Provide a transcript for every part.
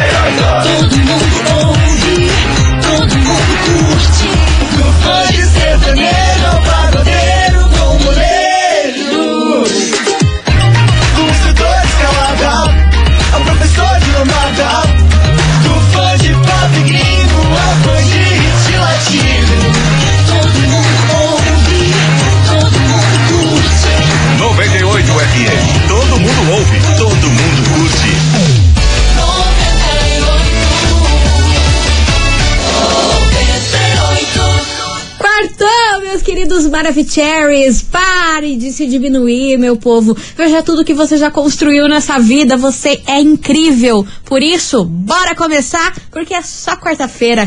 Todo mundo ouve, todo mundo curte. No fone sertanejo, ao pagodeiro com boleiro. Com setor escalada, ao professor de lomada. Do fã de pop gringo, ao fã de hit latino. Todo mundo ouve, todo mundo curte. 98 FM. Todo mundo ouve, todo mundo curte. 98, 98. Quartou, meus queridos Maravicheries, pare de se diminuir, meu povo. Veja tudo que você já construiu nessa vida, você é incrível. Por isso, bora começar, porque é só quarta-feira,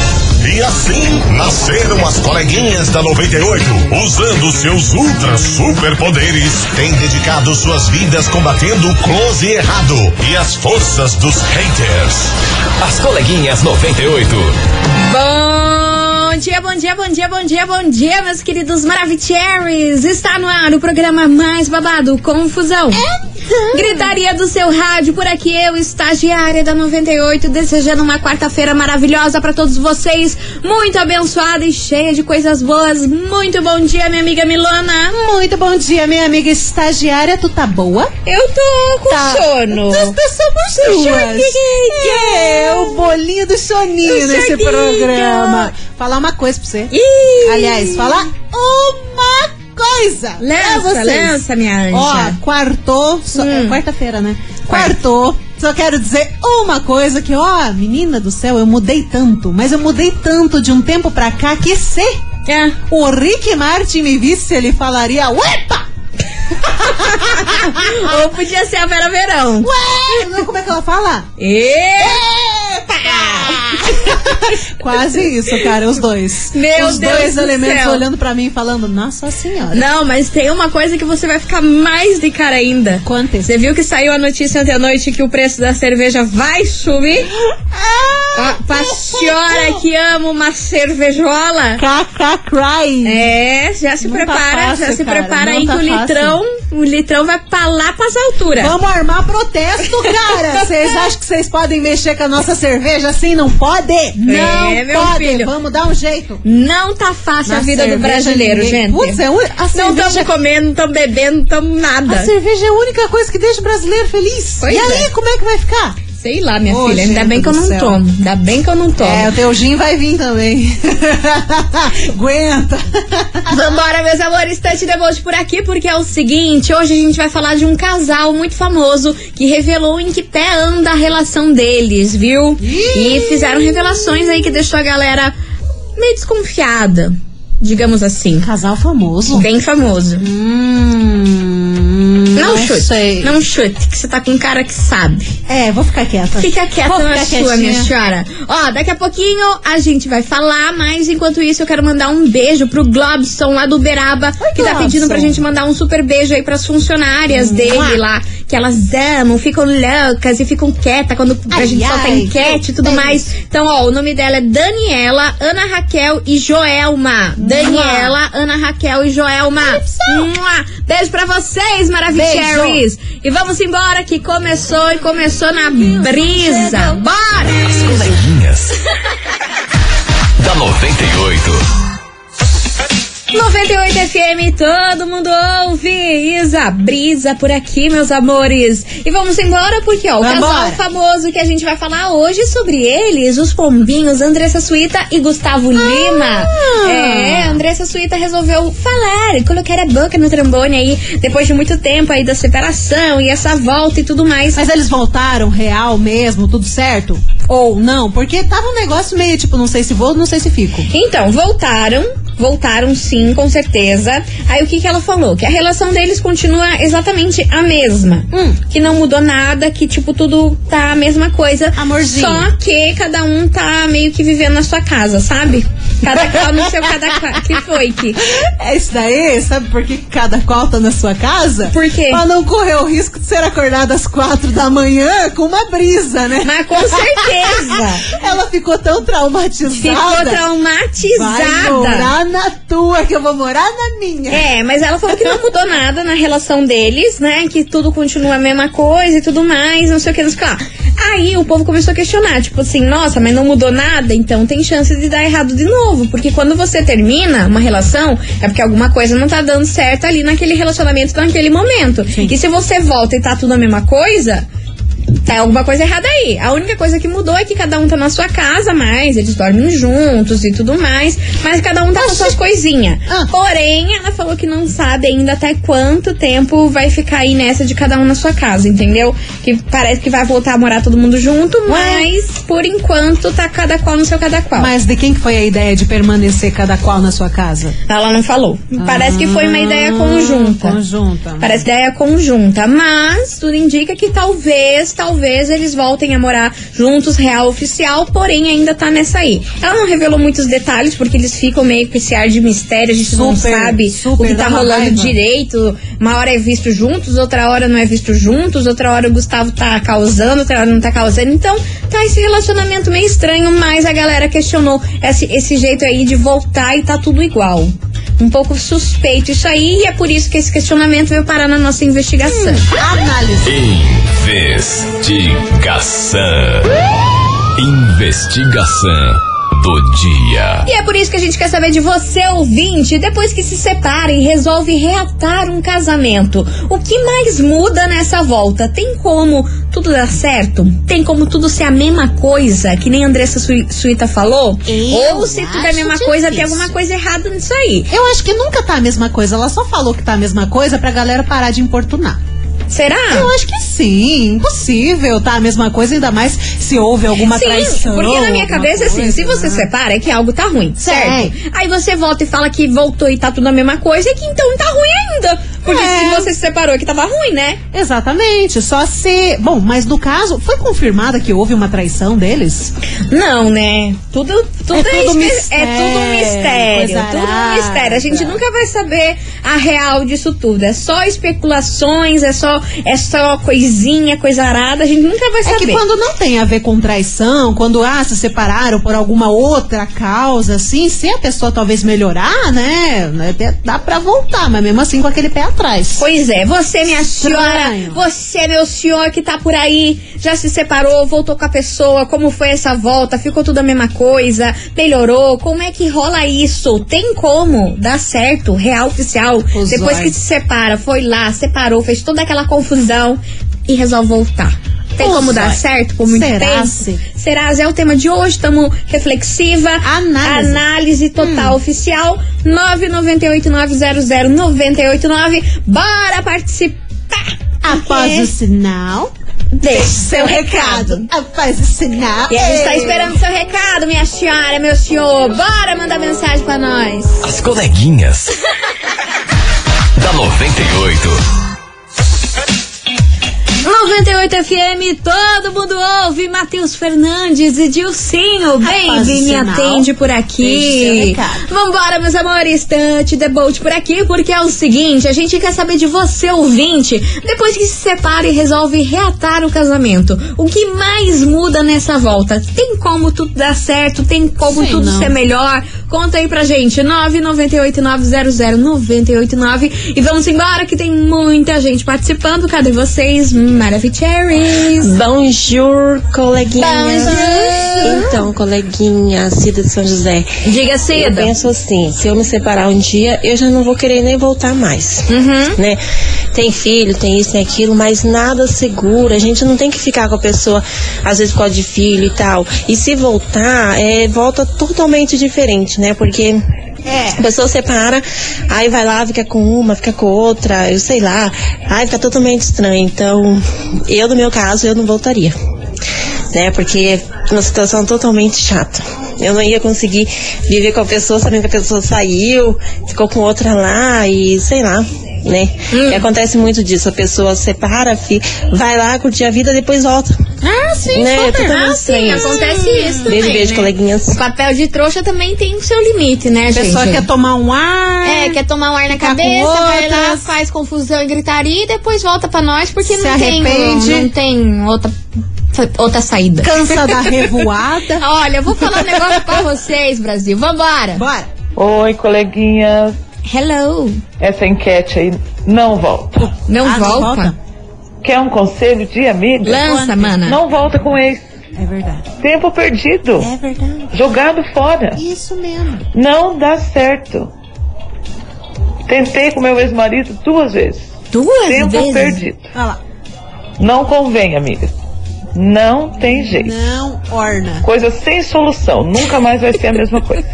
E assim nasceram as coleguinhas da 98, usando seus ultra superpoderes, têm dedicado suas vidas combatendo o close e errado e as forças dos haters. As coleguinhas 98. Bom dia, bom dia, bom dia, bom dia, bom dia, meus queridos Maravicheries! Está no ar o programa mais babado, Confusão. Então. Gritaria do seu rádio, por aqui eu, estagiária da 98, desejando uma quarta-feira maravilhosa para todos vocês, muito abençoada e cheia de coisas boas. Muito bom dia, minha amiga Milona. Muito bom dia, minha amiga estagiária. Tu tá boa? Eu tô com Tá. sono. Nós nós somos duas. É, o bolinho do Do soninho nesse soninho. programa. Falar uma coisa pra você. Ih. Aliás, falar uma coisa pra Lança, vocês. lança, minha anja. Ó, quartou, só- é Hum. quarta-feira, né? Quartou. Só quero dizer uma coisa que, ó, menina do céu, eu mudei tanto, mas eu mudei tanto de um tempo pra cá que se É. o Rick Martin me visse, ele falaria, uepa! Ou podia ser a Vera Verão. Ué! Não é como é que ela fala? Quase isso, cara, os dois. Meu os Deus dois do elementos céu. olhando pra mim e falando, nossa senhora. Não, mas tem uma coisa que você vai ficar mais de cara ainda. Quanto? Você viu que saiu a notícia ontem à noite que o preço da cerveja vai subir? Ah, pra senhora que ama uma cervejola. Caca cry. É, já se Não tá prepara, fácil, já se cara, prepara não aí tá que o fácil. litrão, o litrão vai pra lá pras alturas. Vamos armar protesto, cara! Vocês acham que vocês podem mexer com a nossa cerveja assim? Não pode! não É, meu pode! filho. Vamos dar um jeito. Não tá fácil Na a vida do cerveja brasileiro, ninguém- gente. Putz, é un- a não cerveja... estamos comendo, não estamos bebendo, não estamos nada. A cerveja é a única coisa que deixa o brasileiro feliz. Pois e aí, é. como é que vai ficar? Sei lá, minha Ô, filha. Ainda gente bem que eu do não céu. tomo. Ainda bem que eu não tomo. É, o teu gin vai vir também. Aguenta. Vambora, meus amores, Tante Deboche por aqui, porque é o seguinte: hoje a gente vai falar de um casal muito famoso que revelou em que pé anda a relação deles, viu? E fizeram revelações aí que deixou a galera meio desconfiada, digamos assim. Casal famoso. Bem famoso. Hum, Não, chute. sei. Não chute, que você tá com um cara que sabe. É, vou ficar quieta. Fica quieta Vou na ficar sua, minha quietinha. senhora. Ó, daqui a pouquinho a gente vai falar, mas enquanto isso eu quero mandar um beijo pro Globson lá do Uberaba, que tá Globson. pedindo pra gente mandar um super beijo aí pras funcionárias dele lá, que elas amam, ficam loucas e ficam quietas quando a Ai, gente solta ai, enquete e tudo beijo. mais. Então, ó, o nome dela é Daniela, Ana Raquel e Joelma. Daniela, Ana Raquel e Joelma. Mua. Beijo pra vocês, Maravicheries. E vamos embora que começou e começou na brisa. Bora! As coleguinhas. da 98. 98 FM, todo mundo ouve. Isa Brisa por aqui, meus amores. E vamos embora porque, ó, o Vambora. casal famoso que a gente vai falar hoje sobre eles, os pombinhos, Andressa Suíta e Gustavo Lima. É, Andressa Suíta resolveu falar, colocar a boca no trombone aí, depois de muito tempo aí da separação e essa volta e tudo mais. Mas eles voltaram real mesmo, tudo certo? Ou não? Porque tava um negócio meio tipo, não sei se vou, não sei se fico. Então, voltaram Voltaram sim, com certeza. Aí o que, que ela falou? Que a relação deles continua exatamente a mesma. Hum. Que não mudou nada, que tipo, tudo tá a mesma coisa. Amorzinho. Só que cada um tá meio que vivendo na sua casa, sabe? Cada qual no seu cada qual. Que foi que? É isso daí, sabe por que cada qual tá na sua casa? Por quê? Pra não correr o risco de ser acordada às quatro da manhã com uma brisa, né? Mas com certeza. Ela ficou tão traumatizada. Ficou Vai traumatizada. morar na tua, que eu vou morar na minha. É, mas ela falou que não mudou nada na relação deles, né? Que tudo continua a mesma coisa e tudo mais, não sei o que, não sei o que lá. Aí o povo começou a questionar, tipo assim, nossa, mas não mudou nada, então tem chance de dar errado de novo. Porque quando você termina uma relação, é porque alguma coisa não tá dando certo ali naquele relacionamento, naquele momento. E se você volta e tá tudo a mesma coisa, Tá alguma coisa errada aí. A única coisa que mudou é que cada um tá na sua casa mais, eles dormem juntos e tudo mais, mas cada um tá com suas coisinhas. Ah. Porém, ela falou que não sabe ainda até quanto tempo vai ficar aí nessa de cada um na sua casa, entendeu? Que parece que vai voltar a morar todo mundo junto, mas por enquanto tá cada qual no seu cada qual. Mas de quem que foi a ideia de permanecer cada qual na sua casa? Ah, Ela não falou. Parece que foi uma ideia conjunta. Conjunta. Parece é ideia conjunta, mas tudo indica que talvez, talvez eles voltem a morar juntos, real oficial, porém ainda tá nessa aí. Ela não revelou muitos detalhes, porque eles ficam meio com esse ar de mistério, a gente não Super, sabe super, o que dá tá uma rolando raiva. direito. Uma hora é visto juntos, outra hora não é visto juntos, outra hora o Gustavo tá causando, outra hora não tá causando. Então, tá esse relacionamento meio estranho, mas a galera questionou esse, esse jeito aí de voltar e tá tudo igual. Um pouco suspeito isso aí, e é por isso que esse questionamento veio parar na nossa investigação. Análise. Investigação. Investigação do dia. E é por isso que a gente quer saber de você, ouvinte, depois que se separa e resolve reatar um casamento. O que mais muda nessa volta? Tem como tudo dar certo? Tem como tudo ser a mesma coisa, que nem a Andressa Sui- Suíta falou? Eu Ou se tudo é a acho mesma coisa, tem difícil. alguma coisa errada nisso aí? Eu acho que nunca tá a mesma coisa. Ela só falou que tá a mesma coisa pra galera parar de importunar. Será? Eu acho que sim, impossível tá a mesma coisa, ainda mais se houve alguma Sim, traição. porque na minha alguma cabeça, assim, coisa, se você né? separa, é que algo tá ruim, certo? Sim. Aí você volta e fala que voltou e tá tudo a mesma coisa, é que então tá ruim ainda. Porque É. se você se separou, é que tava ruim, né? Exatamente, só se. Bom, mas no caso, foi confirmada que houve uma traição deles? Não, né? Tudo, tudo É tudo espe- é mistério, tudo um mistério. coisa Tudo um mistério. A gente arada. nunca vai saber a real disso tudo. É só especulações, é só, é só coisinha, coisa arada. A gente nunca vai É saber. que quando não tem a ver com traição, quando ah, se separaram por alguma outra causa, assim, se a pessoa talvez melhorar, né? né, até Dá pra voltar, mas mesmo assim com aquele pé atrás. Pois é, você, minha senhora, Estranho. você, meu senhor que tá por aí, já se separou, voltou com a pessoa, como foi essa volta? Ficou tudo a mesma coisa? Melhorou? Como é que rola isso? Tem como dar certo, real oficial? Os Depois olhos. que se separa, foi lá, separou, fez toda aquela confusão e resolve voltar. Tem Os como dar olhos. certo por muito Será tempo? se? Será? É o tema de hoje, estamos reflexiva. Análise. Hum. Ana análise total oficial 998900989. Bora participar! Após É. o sinal, Deixe seu recado. Após o sinal. E a gente tá esperando seu recado, minha senhora, meu senhor. Bora mandar mensagem pra nós. As coleguinhas. da 98. 98 FM, todo mundo ouve. Matheus Fernandes e Dilcinho. Rapaz, Baby, me sinal. atende por Deixe aqui. seu recado. Vambora, meus amores. Tante The Bolt por aqui, porque é o seguinte: a gente quer saber de você, ouvinte. Depois que se separa e resolve reatar o casamento, o que mais muda nessa volta? Tem como tudo dar certo? Tem como Sei tudo não. ser melhor? Conta aí pra gente. 998-900-989. E vamos embora que tem muita gente participando. Cadê vocês? Maravicheries. Bonjour, coleguinhas. Bonjour. Então, coleguinha, Cida de São José. Diga Eu cedo. penso assim, se eu me separar um dia, eu já não vou querer nem voltar mais. Né? Tem filho, tem isso, tem aquilo, mas nada segura. A gente não tem que ficar com a pessoa, às vezes, por causa de filho e tal. E se voltar, é, volta totalmente diferente, né? Porque É, a pessoa separa, aí vai lá, fica com uma, fica com outra, eu sei lá. Aí fica totalmente estranho. Então, eu, no meu caso, eu não voltaria. Né? Porque é uma situação totalmente chata. Eu não ia conseguir viver com a pessoa sabendo que a pessoa saiu, ficou com outra lá e sei lá. Né? Hum. E acontece muito disso, a pessoa separa, fi- vai lá curtir a vida, depois volta. Ah, sim, Né, super. é totalmente Ah, sim, estranho isso. acontece isso também, Beijo, beijo, né? coleguinhas. O papel de trouxa também tem o seu limite, né, A gente? pessoa quer tomar um ar. É, quer tomar um ar na Ficar com cabeça, vai lá, outras. faz confusão e gritaria e depois volta pra nós porque Se não arrepende. tem um- não tem outra outra saída. Cansa da revoada. Olha, eu vou falar um negócio pra vocês, Brasil. Vambora. Bora. Oi, coleguinhas. Hello. Essa enquete aí não volta. Não Ah, não volta. volta? Quer um conselho de amigo? Lança, mana. Não volta com ex. É verdade. Tempo perdido. É verdade. Jogado fora. Isso mesmo. Não dá certo. Tentei com meu ex-marido duas vezes. Duas Tempo vezes. perdido. Olha lá. Não convém, amigas. Não tem jeito. Não orna. Coisa sem solução. Nunca mais vai ser a mesma coisa.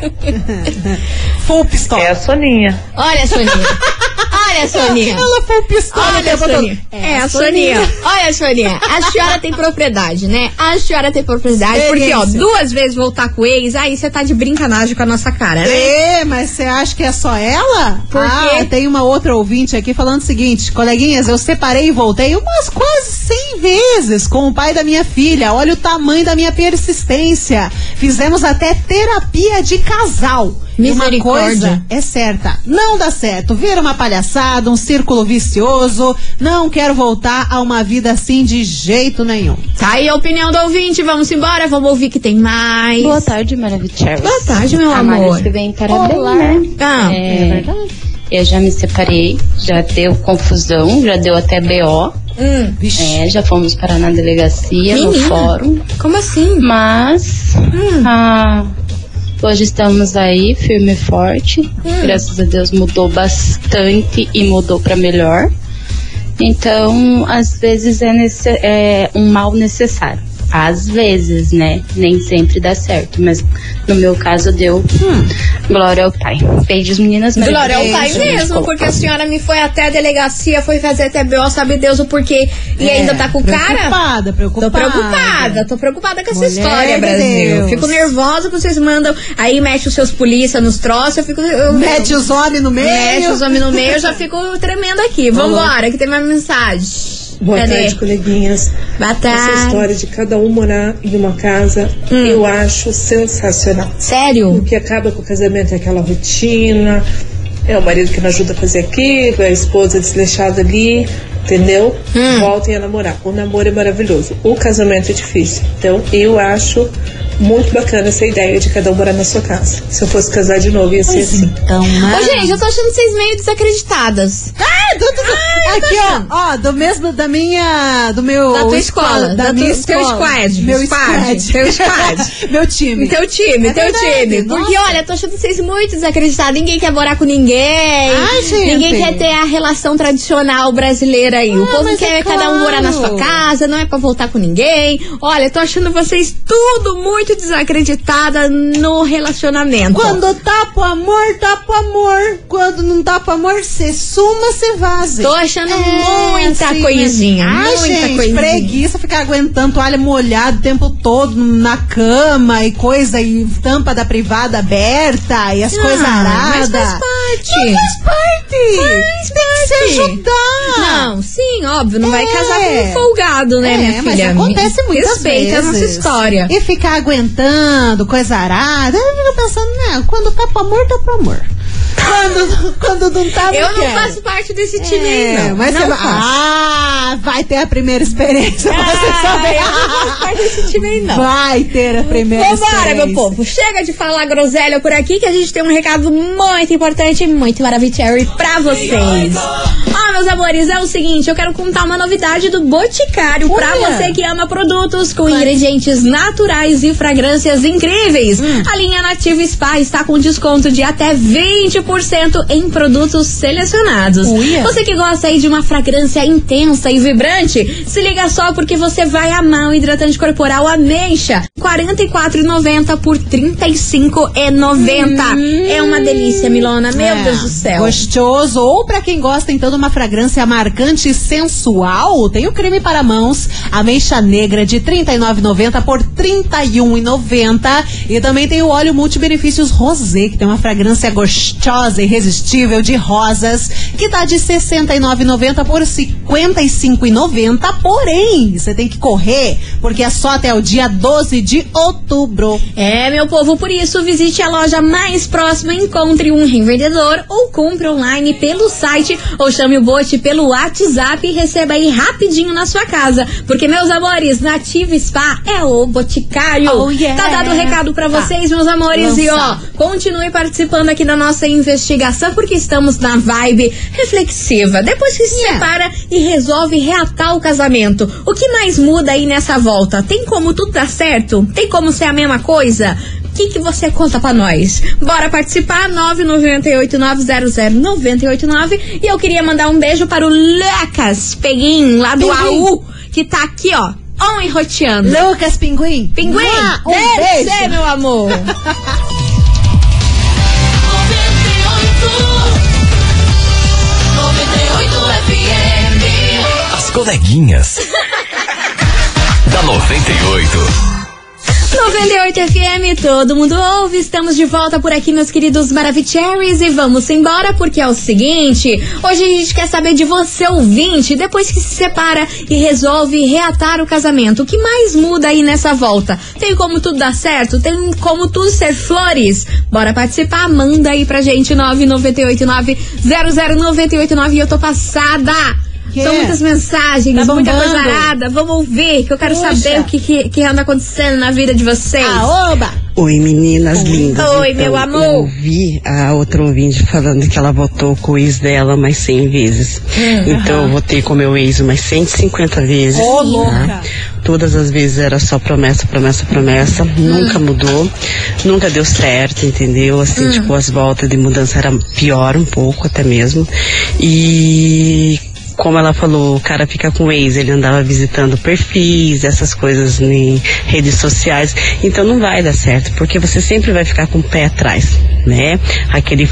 Full pistola. É a Soninha. Olha, Soninha. Olha, Soninha. Ela foi pistola. Olha, tempo todo. Soninha. É, a Soninha. Olha, Soninha. A senhora tem propriedade, né? A senhora tem propriedade. Porque, ó, Experiência. duas vezes voltar com o ex, aí você tá de brincanagem com a nossa cara, né? É, mas você acha que é só ela? Por ah, quê? tem uma outra ouvinte aqui falando o seguinte: coleguinhas, eu separei e voltei umas quase 100 vezes com o pai da minha filha. Olha o tamanho da minha persistência. Fizemos até terapia de casal. E Uma Misericórdia. coisa é certa, não dá certo. Vira uma palhaçada, um círculo vicioso. Não quero voltar a uma vida assim de jeito nenhum. Tá aí a opinião do ouvinte. Vamos embora, vamos ouvir que tem mais. Boa tarde, Maravicherry. Boa tarde, meu a amor. Maris que vem para bem, né? Ah, É, Eu já me separei, já deu confusão, já deu até BO. hum, Vixe. É, já fomos parar na delegacia, é no Menina. fórum. como assim? Mas Hum. ah, hoje estamos aí, firme e forte. Hum. Graças a Deus mudou bastante e mudou para melhor. Então, às vezes é, nesse, é um mal necessário. Às vezes, né? Nem sempre dá certo, mas no meu caso deu. Glória ao Pai. Beijos, meninas. Hum. é Glória ao pai maravilhosas. mesmo, porque a senhora me foi até a delegacia, foi fazer até BO, sabe Deus o porquê. E É. ainda tá com o cara? Preocupada, Tô preocupada. preocupada, tô preocupada com essa Mulher história, de Brasil. Deus. Fico nervosa que vocês mandam, aí mexe os seus polícia nos troços, eu fico... Eu, Mete os homens no meio. mexe os homens no meio, eu já fico tremendo Tá aqui. Vambora, que tem mais mensagem. Boa Cadê? tarde, coleguinhas. Boa Essa tarde. história de cada um morar em uma casa, eu acho sensacional. Sério? O que acaba com o casamento é aquela rotina, é o marido que não ajuda a fazer aquilo, é a esposa desleixada ali, entendeu? Voltem a namorar. O namoro é maravilhoso, o casamento é difícil. Então, eu acho muito bacana essa ideia de cada um morar na sua casa. Se eu fosse casar de novo, ia ser assim. Então, Ô, gente, eu tô achando vocês meio desacreditadas. Ah, do, do- do- aqui, ó, ó, do mesmo, da minha, do meu... Da tua escola, da, da minha tua- teu escola. squad, Meu squad, squad. teu squad. Então, meu time. Teu time, É teu verdade, time. Porque, nossa. olha, tô achando vocês muito desacreditados. Ninguém quer morar com ninguém. Ai, gente. Ninguém quer ter a relação tradicional brasileira aí. o povo mas quer é cada um morar na claro. sua casa, não é pra voltar com ninguém. Olha, tô achando vocês tudo muito desacreditada no relacionamento. Quando tá pro amor, tá pro amor. Quando não tá pro amor, cê suma, cê vaza. Tô achando É, muita sim, coisinha. né? Ai, muita gente, coisinha. preguiça ficar aguentando toalha molhada o tempo todo na cama e coisa, e tampa da privada aberta e as Ah, coisas Mas aradas. faz parte. Faz parte! Faz Tem que parte. se ajudar! Não, sim, óbvio, não vai É. casar com um folgado, né, É, minha mas filha? acontece muitas Respeita vezes. a nossa história. E ficar aguentando, coisa arada. Eu fico pensando, não, quando tá pro amor, tá pro amor. Quando, quando não tá, Eu não quero. faço parte desse time É, aí, não. mas não você vai, faço. ah, vai ter a primeira experiência, pra você Ah, saber. eu não faço parte desse time aí, não. Vai ter a primeira Vambora, experiência. meu povo. Chega de falar groselha por aqui que a gente tem um recado muito importante, muito maravilhoso pra vocês. Ó, meus amores, é o seguinte, eu quero contar uma novidade do Boticário pra Olha. você que ama produtos com ingredientes naturais e fragrâncias incríveis. A linha Nativa Spa está com desconto de até 20% em produtos selecionados. Uia. Você que gosta aí de uma fragrância intensa e vibrante, se liga só porque você vai amar o hidratante corporal Ameixa. R$ 44,90 por R$ 35,90. É uma delícia, Milona. Meu É, Deus do céu. Gostoso. Ou pra quem gosta, então, de uma flagrância marcante e sensual, tem o creme para mãos, ameixa negra de R$ 39,90 por R$ 31,90. E também tem o óleo multibenefícios rosé, que tem uma fragrância gostosa e irresistível de rosas, que tá de R$ 69,90 por R$ 55,90. Porém, você tem que correr, porque é só até o dia 12 de outubro. É, meu povo, por isso visite a loja mais próxima, encontre um revendedor ou compre online pelo site ou chame o bote pelo WhatsApp e receba aí rapidinho na sua casa. Porque, meus amores, Nativa Spa é o Boticário. Oh, yeah. Tá dado o recado pra Tá. vocês, meus amores. E ó, Lançado. continue participando aqui da nossa investigação, porque estamos na vibe reflexiva. Depois que se Yeah. separa e resolve reatar o casamento. O que mais muda aí nessa volta? Tem como tudo dar certo? Tem como ser a mesma coisa? O que, que você conta pra nós? Bora participar, 998-900-989. E eu queria mandar um beijo para o Lucas Peguin, lá do Peguin. AU, que tá aqui, ó, on e roteando. Lucas Pinguim. Pinguim, Mua, um deve beijo. ser, meu amor. As coleguinhas. da 98. 98 FM, todo mundo ouve. Estamos de volta por aqui, meus queridos Maravicheries. E vamos embora, porque é o seguinte: hoje a gente quer saber de você, ouvinte, depois que se separa e resolve reatar o casamento. O que mais muda aí nessa volta? Tem como tudo dar certo? Tem como tudo ser flores? Bora participar? Manda aí pra gente, 998900989. E eu tô passada! Que? São muitas mensagens, um Tá muita bombando. coisa arada. Vamos ouvir, que eu quero Puxa. saber o que que, que anda acontecendo na vida de vocês. Ah, oba! Oi, meninas lindas. Oi, meu amor. Eu ouvi a outra ouvinte falando que ela votou com o ex dela mais 100 vezes. então, eu votei com o meu ex umas 150 vezes. Uhum. Ô, tá? louca. Todas as vezes era só promessa, promessa, promessa. Uhum. Nunca mudou. Nunca deu certo, entendeu? Assim, Uhum. tipo, as voltas de mudança era pior um pouco até mesmo. E. Como ela falou, o cara fica com o ex, ele andava visitando perfis, essas coisas em redes sociais. Então não vai dar certo, porque você sempre vai ficar com o pé atrás, né? Aquele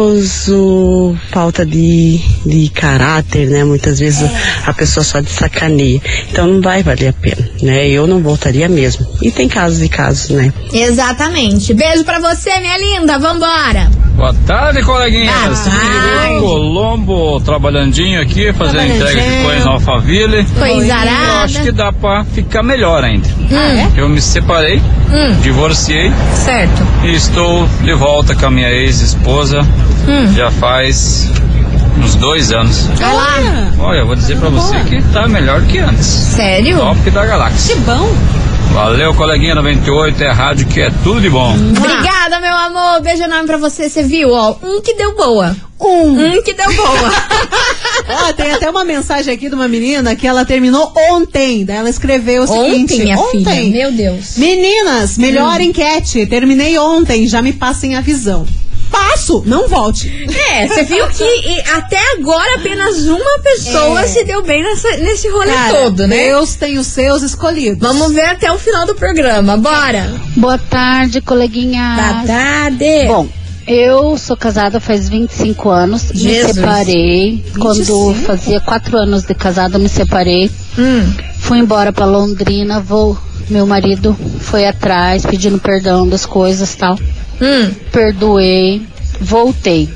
famoso falta de, de caráter, né? Muitas vezes a pessoa só de sacaneia. Então não vai valer a pena, né? Eu não voltaria mesmo. E tem casos e casos, né? Exatamente. Beijo pra você, minha linda. Vambora. Boa tarde, coleguinhas. Boa tarde. Igor Colombo trabalhandinho aqui, fazendo entrega de coisa em Alphaville. Coisa Eu acho que arada. dá pra ficar melhor ainda. Eu me separei, Hum. divorciei Certo. e estou de volta com a minha ex-esposa já faz uns dois anos. Vai lá. Olha, eu vou dizer pra você que tá melhor que antes. Sério? Top da galáxia. Que bom. Valeu, coleguinha 98, é a rádio que é tudo de bom. Obrigada, meu amor. Beijo enorme pra você. Você viu, ó, um que deu boa. Um. Um que deu boa. Ó, tem até uma mensagem aqui de uma menina que ela terminou ontem. Daí ela escreveu o seguinte: Ontem, minha filha. ontem. Meu Deus. Hum. Meninas, melhor enquete. Terminei ontem, já me passem a visão. Passo, não volte. É, você viu que e, até agora apenas uma pessoa se deu bem nessa- nesse rolê Cara, todo, né? Deus tem os seus escolhidos. Vamos ver até o final do programa. Bora. Boa tarde, coleguinha. tarde. Bom, eu sou casada faz 25 anos. Jesus. Me separei. Quando fazia 4 anos de casada, me separei. Hum. Fui embora pra Londrina. Vou, meu marido foi atrás pedindo perdão das coisas tal. Hum. Perdoei. Voltei.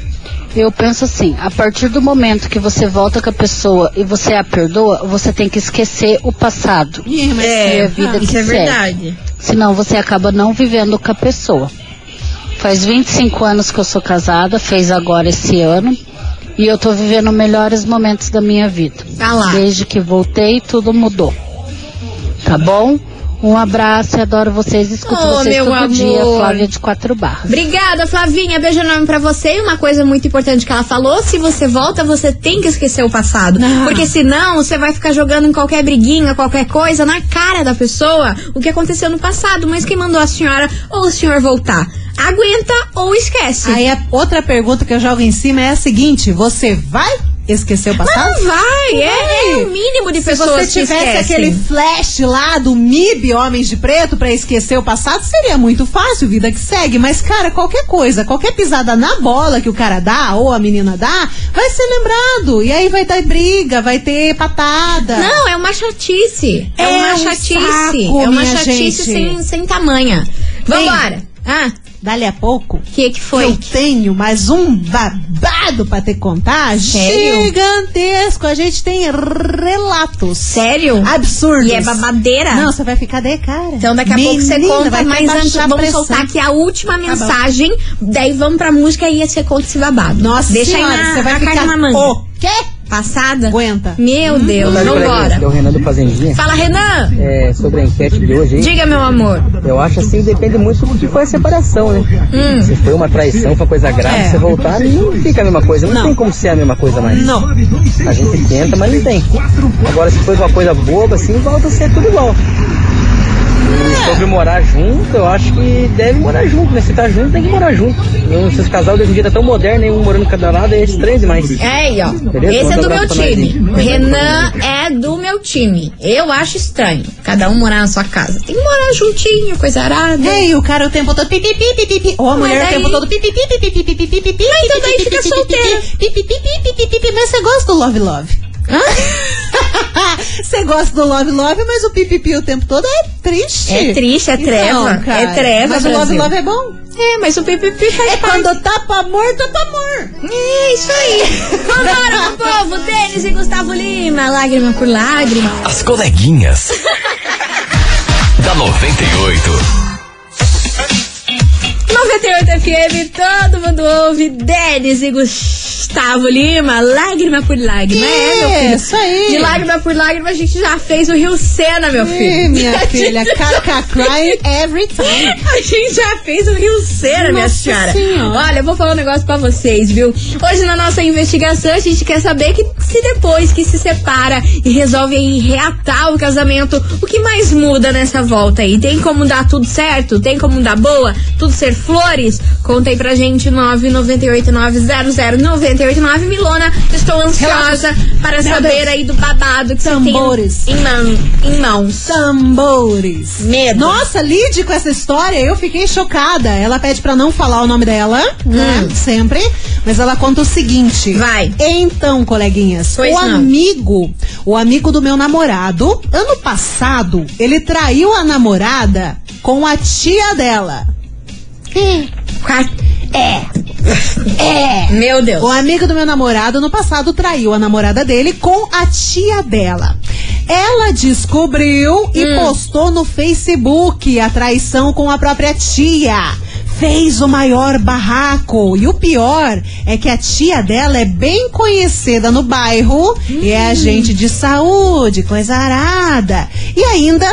Eu penso assim, a partir do momento que você volta com a pessoa e você a perdoa, você tem que esquecer o passado. Ih, mas ah, É, a vida que segue. Senão você acaba não vivendo com a pessoa. Faz 25 anos que eu sou casada, fez agora esse ano. E eu tô vivendo os melhores momentos da minha vida. Tá lá. Desde que voltei, tudo mudou. Tá bom? Um abraço, eu adoro vocês. Escuto Oh, vocês meu todo dia, amor. Flávia de Quatro Barras. Obrigada, Flavinha. Beijo enorme pra você. E uma coisa muito importante que ela falou: se você volta, você tem que esquecer o passado. Porque senão você vai ficar jogando em qualquer briguinha, qualquer coisa, na cara da pessoa o que aconteceu no passado. Mas quem mandou a senhora ou o senhor voltar? Aguenta ou esquece. Aí a outra pergunta que eu jogo em cima é a seguinte: você vai esquecer o passado? Não vai, é, é o mínimo grupo de pessoas Se você que tivesse esquecem. aquele flash lá do MIB Homens de Preto pra esquecer o passado, seria muito fácil, vida que segue. Mas, cara, qualquer coisa, qualquer pisada na bola que o cara dá ou a menina dá, vai ser lembrado. E aí vai dar briga, vai ter patada. Não, é uma chatice. É, É uma um chatice. saco, é uma minha chatice gente. sem, sem tamanha. Vambora. Ah, dali a pouco. O que que foi? Eu tenho mais um babado pra te contar. Sério? Gigantesco. A gente tem relatos. Sério? Absurdos. E é babadeira? Não, você vai ficar de cara. Então daqui a pouco você Menina, conta, vai mas baixar antes a vamos pressão. soltar Tá aqui a última mensagem. daí vamos pra música e aí você conta esse babado. Nossa Deixa senhora, aí na, você vai na ficar carne na manga. o quê? Hum? Passada? Aguenta. Meu Deus, Boa tarde, coleguinhas. vambora. Aqui é o Renan do Fazendinha. Fala, Renan. É, sobre a enquete de hoje, hein? Diga, meu amor. Eu acho assim, depende muito do que foi a separação, né? Hum, Se foi uma traição, foi uma coisa grave, É. você voltar, não fica a mesma coisa. Não, tem como ser a mesma coisa mais. Não. A gente tenta, mas não tem. Agora, se foi uma coisa boba, assim, volta a ser tudo igual. E sobre morar junto, eu acho que deve morar junto, né? Se tá junto, tem que morar junto. Não, Esses casal de hoje em dia tá tão moderno, nenhum morando cada lado, é estranho demais. É aí, ó. Beleza? Esse é Manda do um meu abraço pra time. nós, hein? Renan é do meu time. Eu acho estranho. Cada um morar na sua casa. Tem que morar juntinho, coisa arada. É, e o cara o tempo todo pipi, pipi, pipi. Ou a Mas mulher é daí- o tempo todo pipi, pipi, pipi, pipi, pipi, pipi. Mas então daí fica solteira. Pipi, pipi, pipi, pipi. Mas você gosta do Love Love? Hã? Você gosta do Love Love, mas o pipipi o tempo todo é triste. É triste, é Então, treva. cara, é treva, Mas o Love Brasil. Love é bom. É, mas o pipipi faz É quando tá pra amor, tá pra amor. É isso aí. Vambora, meu povo. Denis e Gustavo Lima. Lágrima por lágrima. As coleguinhas. da 98. 98 FM, todo mundo ouve. Denis e Gustavo Lima, lágrima por lágrima. É, meu filho. Isso aí. De lágrima por lágrima, a gente já fez o Rio Sena, meu filho. Ih, minha A gente filha, já- caca crying every time. A gente já fez o Rio Cera, minha Nossa senhora. Senhora. Olha, eu vou falar um negócio pra vocês, viu? Hoje na nossa investigação a gente quer saber que se depois que se separa e resolvem reatar o casamento, o que mais muda nessa volta aí? Tem como dar tudo certo? Tem como dar boa? Tudo ser flores? Conta aí pra gente, 998900989. Milona, estou ansiosa para Meu saber Deus. aí do babado que Tambores. você tem em, mão- em mãos. Tambores. Medo. Nossa, lide com essa história, eu fiquei chocada. Ela pede pra não falar o nome dela, né? Sempre. Mas ela conta o seguinte. Hum. Vai. Então, coleguinhas, Pois o não. amigo, o amigo do meu namorado, ano passado, ele traiu a namorada com a tia dela. É. É. Meu Deus. O amigo do meu namorado no passado traiu a namorada dele com a tia dela. Ela descobriu e postou no Facebook a traição com a própria tia. Fez o maior barraco. E o pior é que a tia dela é bem conhecida no bairro e é agente de saúde, coisa arada. E ainda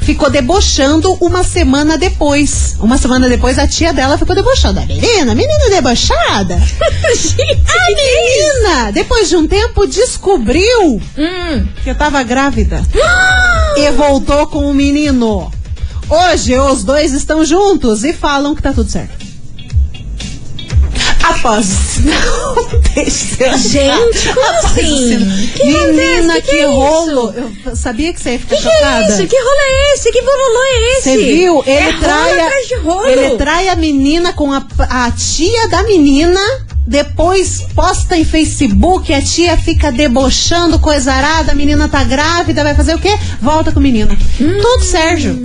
ficou debochando uma semana depois. Uma semana depois a tia dela ficou debochando. A menina, menina debochada. a menina, depois de um tempo, descobriu Hum. que eu tava grávida. e voltou com o menino. Hoje os dois estão juntos e falam que tá tudo certo. Após não deixa Gente, como Após o assim? sino- Que Menina, acontece? que, Que que é rolo! Eu sabia que você ia ficar Que que chocada. é isso? Que rolo é esse? Que bololô é esse? Você viu? Ele é trai Rolo a, atrás de rolo. ele trai a menina com a, a tia da menina. Depois posta em Facebook, a tia fica debochando, coisa arada, a menina tá grávida, vai fazer o quê? Volta com o menino. Hum. Tudo Sérgio.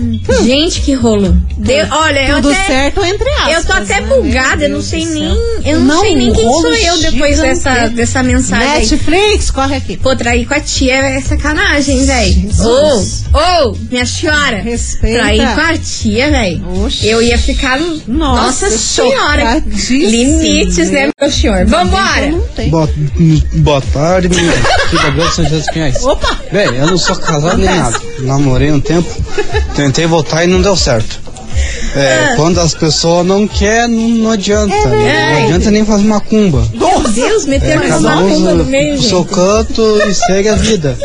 Gente, que rolo. De- olha, eu Tudo até- certo entre aspas. Eu tô até né? bugada, eu não sei nem, eu não, sei nem quem rolo sou eu depois dessa, gigantesco. dessa mensagem. aí. Netflix, corre aqui. Pô, trair com a tia é sacanagem, velho. Ou, Jesus. ou, minha senhora. Respeita. Trair com a tia, velho. Oxi. Eu ia ficar. Nossa, Nossa, senhora. chocadíssima. Limites, né, meu senhor? Vambora. Não tem. Boa, boa tarde, menino. Aqui da Grande São José dos Pinhais. Opa! Bem, eu não sou casado nem nada. Namorei um tempo, tentei voltar e não deu certo. Ah. É, Quando as pessoas não querem, não, não adianta. É Não verdade. adianta nem fazer macumba. Nossa! Deus, meteram cada uma macumba É, usa no meio, o gente. seu canto e segue a vida.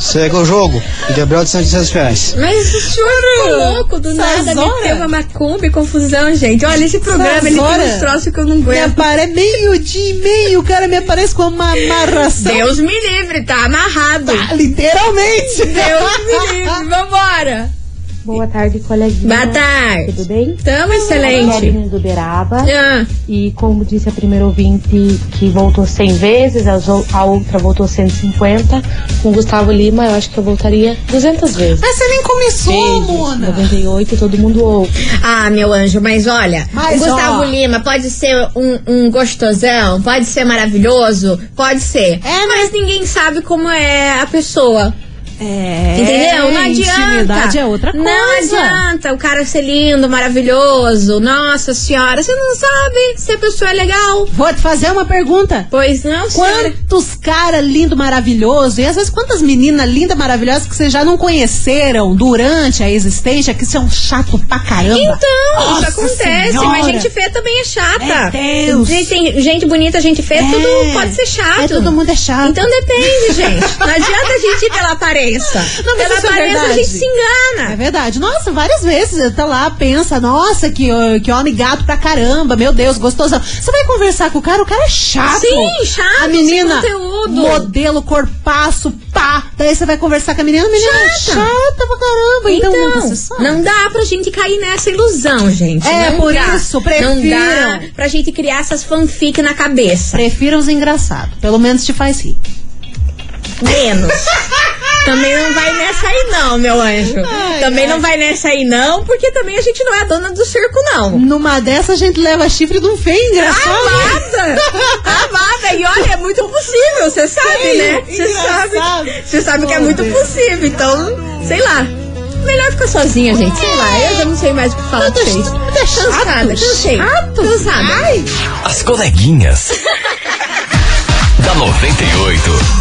segue o jogo. E Gabriel de Santos 600 reais. Mas o senhor é louco, do nada Sazora. meteu uma macumba e confusão, gente. Olha, esse programa, ele Sazora. tem uns troços que eu não aguento. Me apare... Meio dia e meio, o cara me aparece com uma amarração. Deus me livre, tá amarrado. literalmente. Deus me livre, vambora. Boa tarde, coleguinha. Boa tarde. Tudo bem? Tamo excelente. Ah. Caroline do Uberaba. E como disse a primeira ouvinte, que voltou 100 vezes, a zo- a outra voltou 150. Com o Gustavo Lima, eu acho que eu voltaria 200 vezes. Mas você nem começou, Mona. 98, todo mundo ouve. Ah, meu anjo, mas olha, Mas, o Gustavo ó. Lima pode ser um, um gostosão, pode ser maravilhoso, pode ser. É, mas ninguém sabe como é a pessoa. É, Entendeu? Não adianta. intimidade é outra Não coisa. adianta o cara ser lindo, maravilhoso. Nossa senhora, você não sabe se a pessoa é legal. Vou te fazer uma pergunta. Pois não, senhora. Quantos caras lindo, maravilhoso e às vezes quantas meninas linda, maravilhosas que vocês já não conheceram durante a existência que são chato pra caramba. Então, Nossa isso acontece, Senhora. mas gente feia também é chata. Meu Deus. Gente, tem gente bonita, gente feia, é tudo pode ser chato. É, todo mundo é chato. Então depende, gente. Não adianta a gente ir pela aparência. Não, mas pela isso aparência é a verdade. gente se engana. É verdade. Nossa, várias vezes você tá lá, pensa, nossa, que, que homem gato pra caramba, meu Deus, gostosão. Você vai conversar com o cara, o cara é chato. Sim, chato, A menina, sem conteúdo. modelo, corpaço, pá. Daí você vai conversar com a menina, a menina é Chata. chata pra caramba. Então, você sabe. não dá pra gente cair nessa ilusão, gente. né? É, Não por dá. isso, prefiram. Não dá pra gente criar essas fanfic na cabeça. Prefiro os engraçados. Pelo menos te faz rir. Menos. Também não vai nessa aí não, meu anjo. também não vai nessa aí não, porque também a gente não é a dona do circo não. Numa dessa a gente leva chifre de um feio engraçado. Amada! Amada! E olha, é muito possível, você sabe, Sim, né? Você engraçado. sabe, você sabe que é muito possível, então, sei lá. Melhor ficar sozinha, gente. Sei lá, eu já não sei mais o que falar pra vocês. Cansada, cansei. Cansada. As coleguinhas. da 98.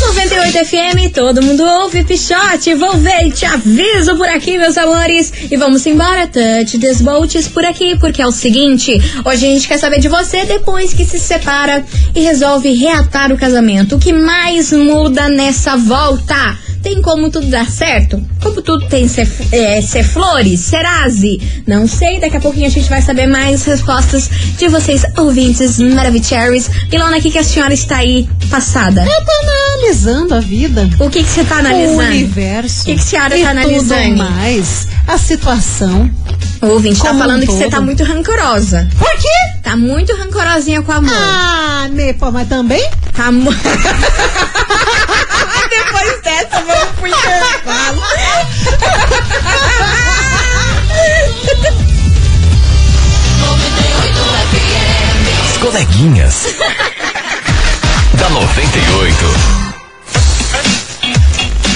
98 FM, todo mundo ouve, Pichote, vou ver e te aviso por aqui, meus amores. E vamos embora, Tante Desboltes, por aqui, porque é o seguinte: hoje a gente quer saber de você depois que se separa e resolve reatar o casamento. O que mais muda nessa volta? Tem como tudo dar certo? Como tudo tem ser, é, ser flores, seraze? Não sei, daqui a pouquinho a gente vai saber mais respostas de vocês, ouvintes maravilhosos. Ilona, o que, que a senhora está aí passada? Eu tô analisando a vida. O que que você tá analisando? O universo. O que que a senhora e tá analisando? Tudo mais. A situação. O ouvinte tá Como um falando que você todo. tá muito rancorosa. Por quê? Tá muito rancorosinha com a mão. Ah, me, pô, mas também? Tá mu- Depois dessa, vamos pro intervalo. As coleguinhas. da 98.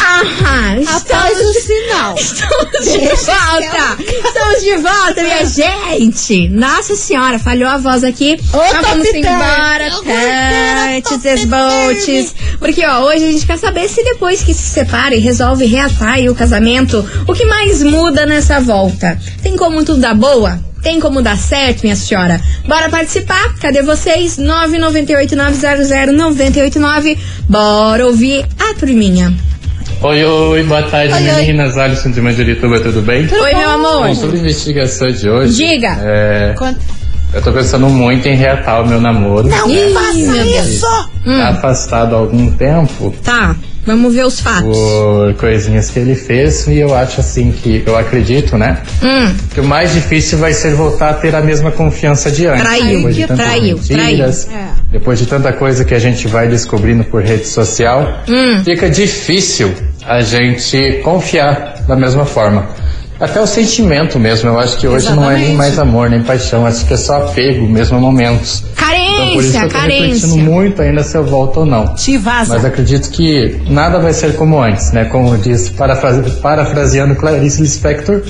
Aham, Após o sinal. Estamos de Deixa volta! Estamos de volta, minha gente! Nossa senhora, falhou a voz aqui. Mas vamos Top Term. embora, Eu Tantes Esboltes. Porque, ó, hoje a gente quer saber se depois que se separa e resolve reatar aí o casamento, o que mais muda nessa volta? Tem como tudo dar boa? Tem como dar certo, minha senhora? Bora participar? Cadê vocês? 998-900-989. Bora ouvir a turminha. Oi, oi, boa tarde, Oi, oi. meninas. Alisson de Mandirituba, tudo bem? Oi, meu amor. Bom, sobre a investigação de hoje. Diga. é, eu tô pensando muito em reatar o meu namoro. Ih, meu Deus. Tá Hum, afastado há algum tempo tá, vamos ver os fatos. por coisinhas que ele fez e eu acho assim que, eu acredito, né? Hum, Que o mais difícil vai ser voltar a ter a mesma confiança de antes. Traiu, depois de tantas traiu, mentiras, traiu. É. Depois de tanta coisa que a gente vai descobrindo por rede social, Hum. fica difícil a gente confiar da mesma forma. Até o sentimento mesmo, eu acho que hoje não é nem Exatamente. mais amor, nem paixão, acho que é só apego mesmo a momentos. Então, por isso que carência, eu tô carência. refletindo muito ainda se eu volto ou não. Te vaza. Mas acredito que nada vai ser como antes, né? Como diz, parafrase- parafraseando Clarice Lispector,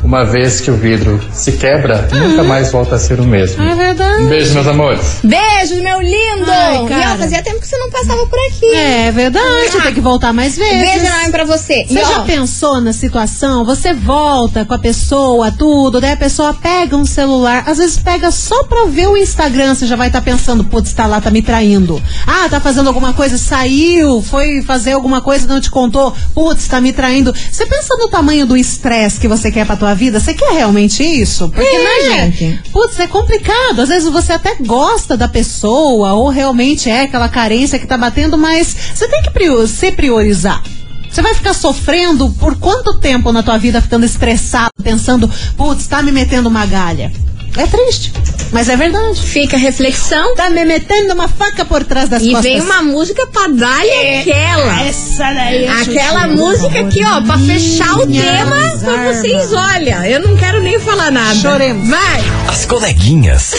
Uma vez que o vidro se quebra, nunca mais volta a ser o mesmo. É verdade. Um beijo, meus amores. Beijo, meu lindo! Ai, cara. Viu? Fazia tempo que você não passava por aqui. É verdade, tem que voltar mais vezes. Beijo enorme pra você. E, Você ó, já pensou na situação? Você volta com a pessoa, tudo, daí a pessoa pega um celular, às vezes pega só pra ver o Instagram, você já vai estar pensando, putz, tá lá, tá me traindo. Ah, tá fazendo alguma coisa, saiu, foi fazer alguma coisa, não te contou, putz, tá me traindo. Você pensa no tamanho do estresse que você quer pra tua vida? Você quer realmente isso? Porque, É. né, gente? Putz, é complicado. Às vezes você até gosta da pessoa, ou realmente é aquela carência que tá batendo, mas você tem que prior- se priorizar. Você vai ficar sofrendo por quanto tempo na tua vida ficando estressado, pensando, putz, tá me metendo uma galha? É triste, mas é verdade. Fica a reflexão. Tá me metendo uma faca por trás das E costas. vem uma música pra dar-lhe É, aquela. essa daí é Aquela chuchu, música aqui, ó, pra fechar o Minhas tema pra vocês. Olha, eu não quero nem falar nada. Choremos. Vai! As coleguinhas.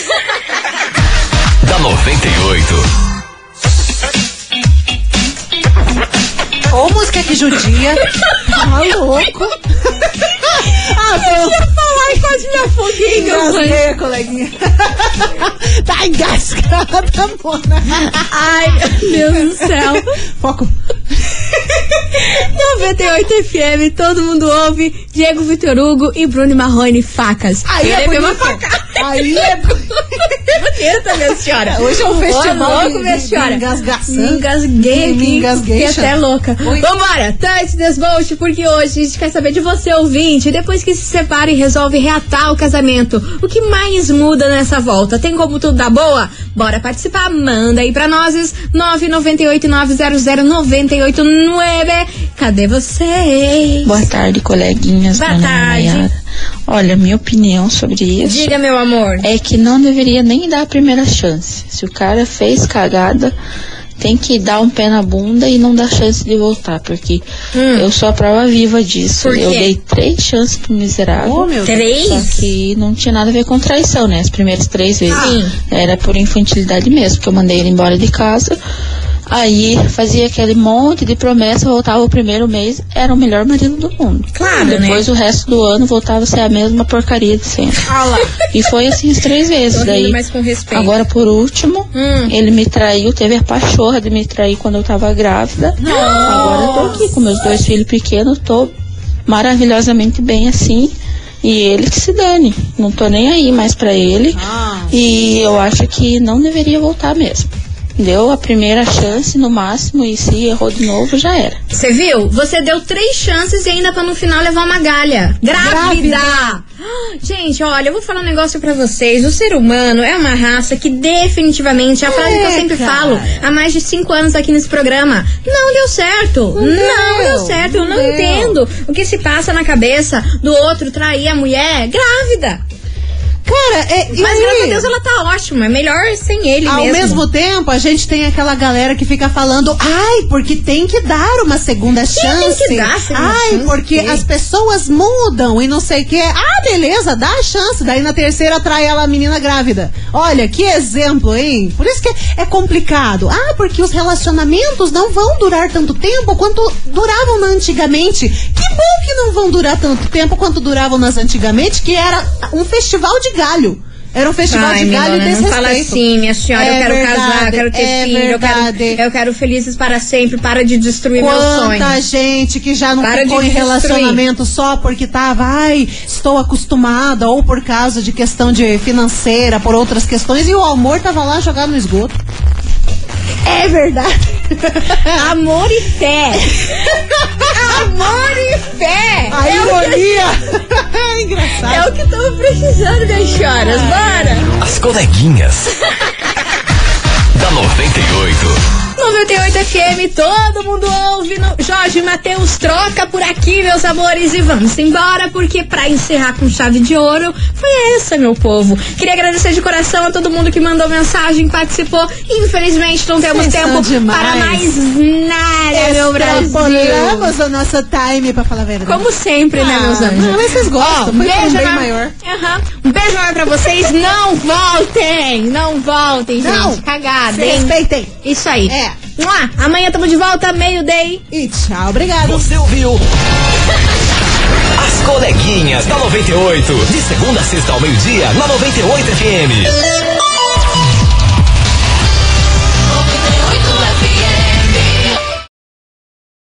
da 98. Ou música que judia. tá louco. ah, Deus. falar e quase me afoguei, Engasguei, coleguinha. tá engasgada, mona. Ai, meu Deus do céu. Foco. 98 FM, todo mundo ouve. Diego Vitor Hugo e Bruno Marrone, facas. Aí é Querer ver uma bonita. faca. Aí é bonita, minha senhora. Hoje é um festival Ô, louco, de- minha de- de senhora. engasgação. Me engasguei Me aqui. engasguei, Fiquei Xana. até louca. Oi. Vambora, Tante Desbolte, porque hoje a gente quer saber de você, ouvinte. Depois que se separa e resolve reatar o casamento, o que mais muda nessa volta? Tem como tudo dar boa? Bora participar, manda aí pra nós, 998-900-989. um, Cadê vocês? Boa tarde, coleguinhas. Boa Meu nome é tarde. Nayara. Olha, minha opinião sobre isso. Diga, meu amor. É que não deveria nem dar a primeira chance. Se o cara fez cagada, tem que dar um pé na bunda e não dar chance de voltar, porque eu sou a prova viva disso. Hum. Por Eu quê? dei três chances pro miserável. Oh, meu Deus. Três? Só que não tinha nada a ver com traição, né? As primeiras três vezes. Sim. Era por infantilidade mesmo, porque eu mandei ele embora de casa. Aí fazia aquele monte de promessa, voltava o primeiro mês, era o melhor marido do mundo. Claro, né? Ah, Depois o resto do ano voltava a ser a mesma porcaria de sempre. E foi assim as três vezes. Tô rindo, Daí, mas com respeito. Hum. agora por último, ele me traiu, teve a pachorra de me trair quando eu tava grávida. Agora eu tô aqui com meus dois filhos pequenos, tô maravilhosamente bem assim. E ele que se dane. Não tô nem aí mais pra ele. E eu acho que não deveria voltar mesmo. Deu a primeira chance no máximo e se errou de novo já era. Você viu? Você deu três chances e ainda pra no final levar uma galha. Grávida! Ah, Gente, olha, eu vou falar um negócio pra vocês. O ser humano é uma raça que definitivamente, é a frase que eu sempre cara. falo há mais de cinco anos aqui nesse programa, não deu certo. Não, deu, deu, certo. Eu não não deu. entendo o que se passa na cabeça do outro trair a mulher grávida. Cara, é. e Mas aí? graças a Deus ela tá ótima. É melhor sem ele Ao mesmo. mesmo tempo, a gente tem aquela galera que fica falando, ai, porque tem que dar uma segunda tem chance. que dar a segunda ai, chance, porque sim. as pessoas mudam e não sei o quê. Ah, beleza, dá a chance. Daí na terceira trai ela a menina grávida. Olha, que exemplo, hein? Por isso que é complicado. Ah, porque os relacionamentos não vão durar tanto tempo quanto duravam na antigamente. Que bom que não vão durar tanto tempo quanto duravam nas antigamente, que era um festival de galho. Era um festival Ai, de galho Milona, e não desrespeito. fala assim, minha senhora. É eu quero verdade, casar, quero ter é filho, eu quero, verdade. eu quero felizes para sempre. Para de destruir meu sonho. Quanta gente que já não Para ficou de em destruir. relacionamento só porque tava, ai, estou acostumada, ou por causa de questão de financeira, por outras questões, e o amor tava lá jogado no esgoto. É verdade. Amor e fé. Amor e fé. A é o que- ironia. É engraçado. É o que estamos precisando, minhas senhoras. Bora. As coleguinhas. da 98. 98 FM, todo mundo ouve. No... Jorge Matheus troca por aqui, meus amores, e vamos embora, porque pra encerrar com chave de ouro, foi essa, meu povo. Queria agradecer de coração a todo mundo que mandou mensagem, participou. Infelizmente, não temos Vocês são tempo demais. é para mais nada, É meu Brasil. Extrapolamos o nosso time, pra falar a verdade. Como sempre, né, Ah, meus anjos? mas vocês gostam, Ó, né? foi pra um bem enorme- maior. Aham. Um beijo maior pra vocês. Não voltem! Não voltem, Não. gente. Cagada, Se hein? respeitem. Isso aí. É. Mua. Amanhã tamo de volta, meio-day. E tchau, obrigada. Você ouviu? As coleguinhas. Coleguinhas da 98. De segunda a sexta ao meio-dia, na 98 FM.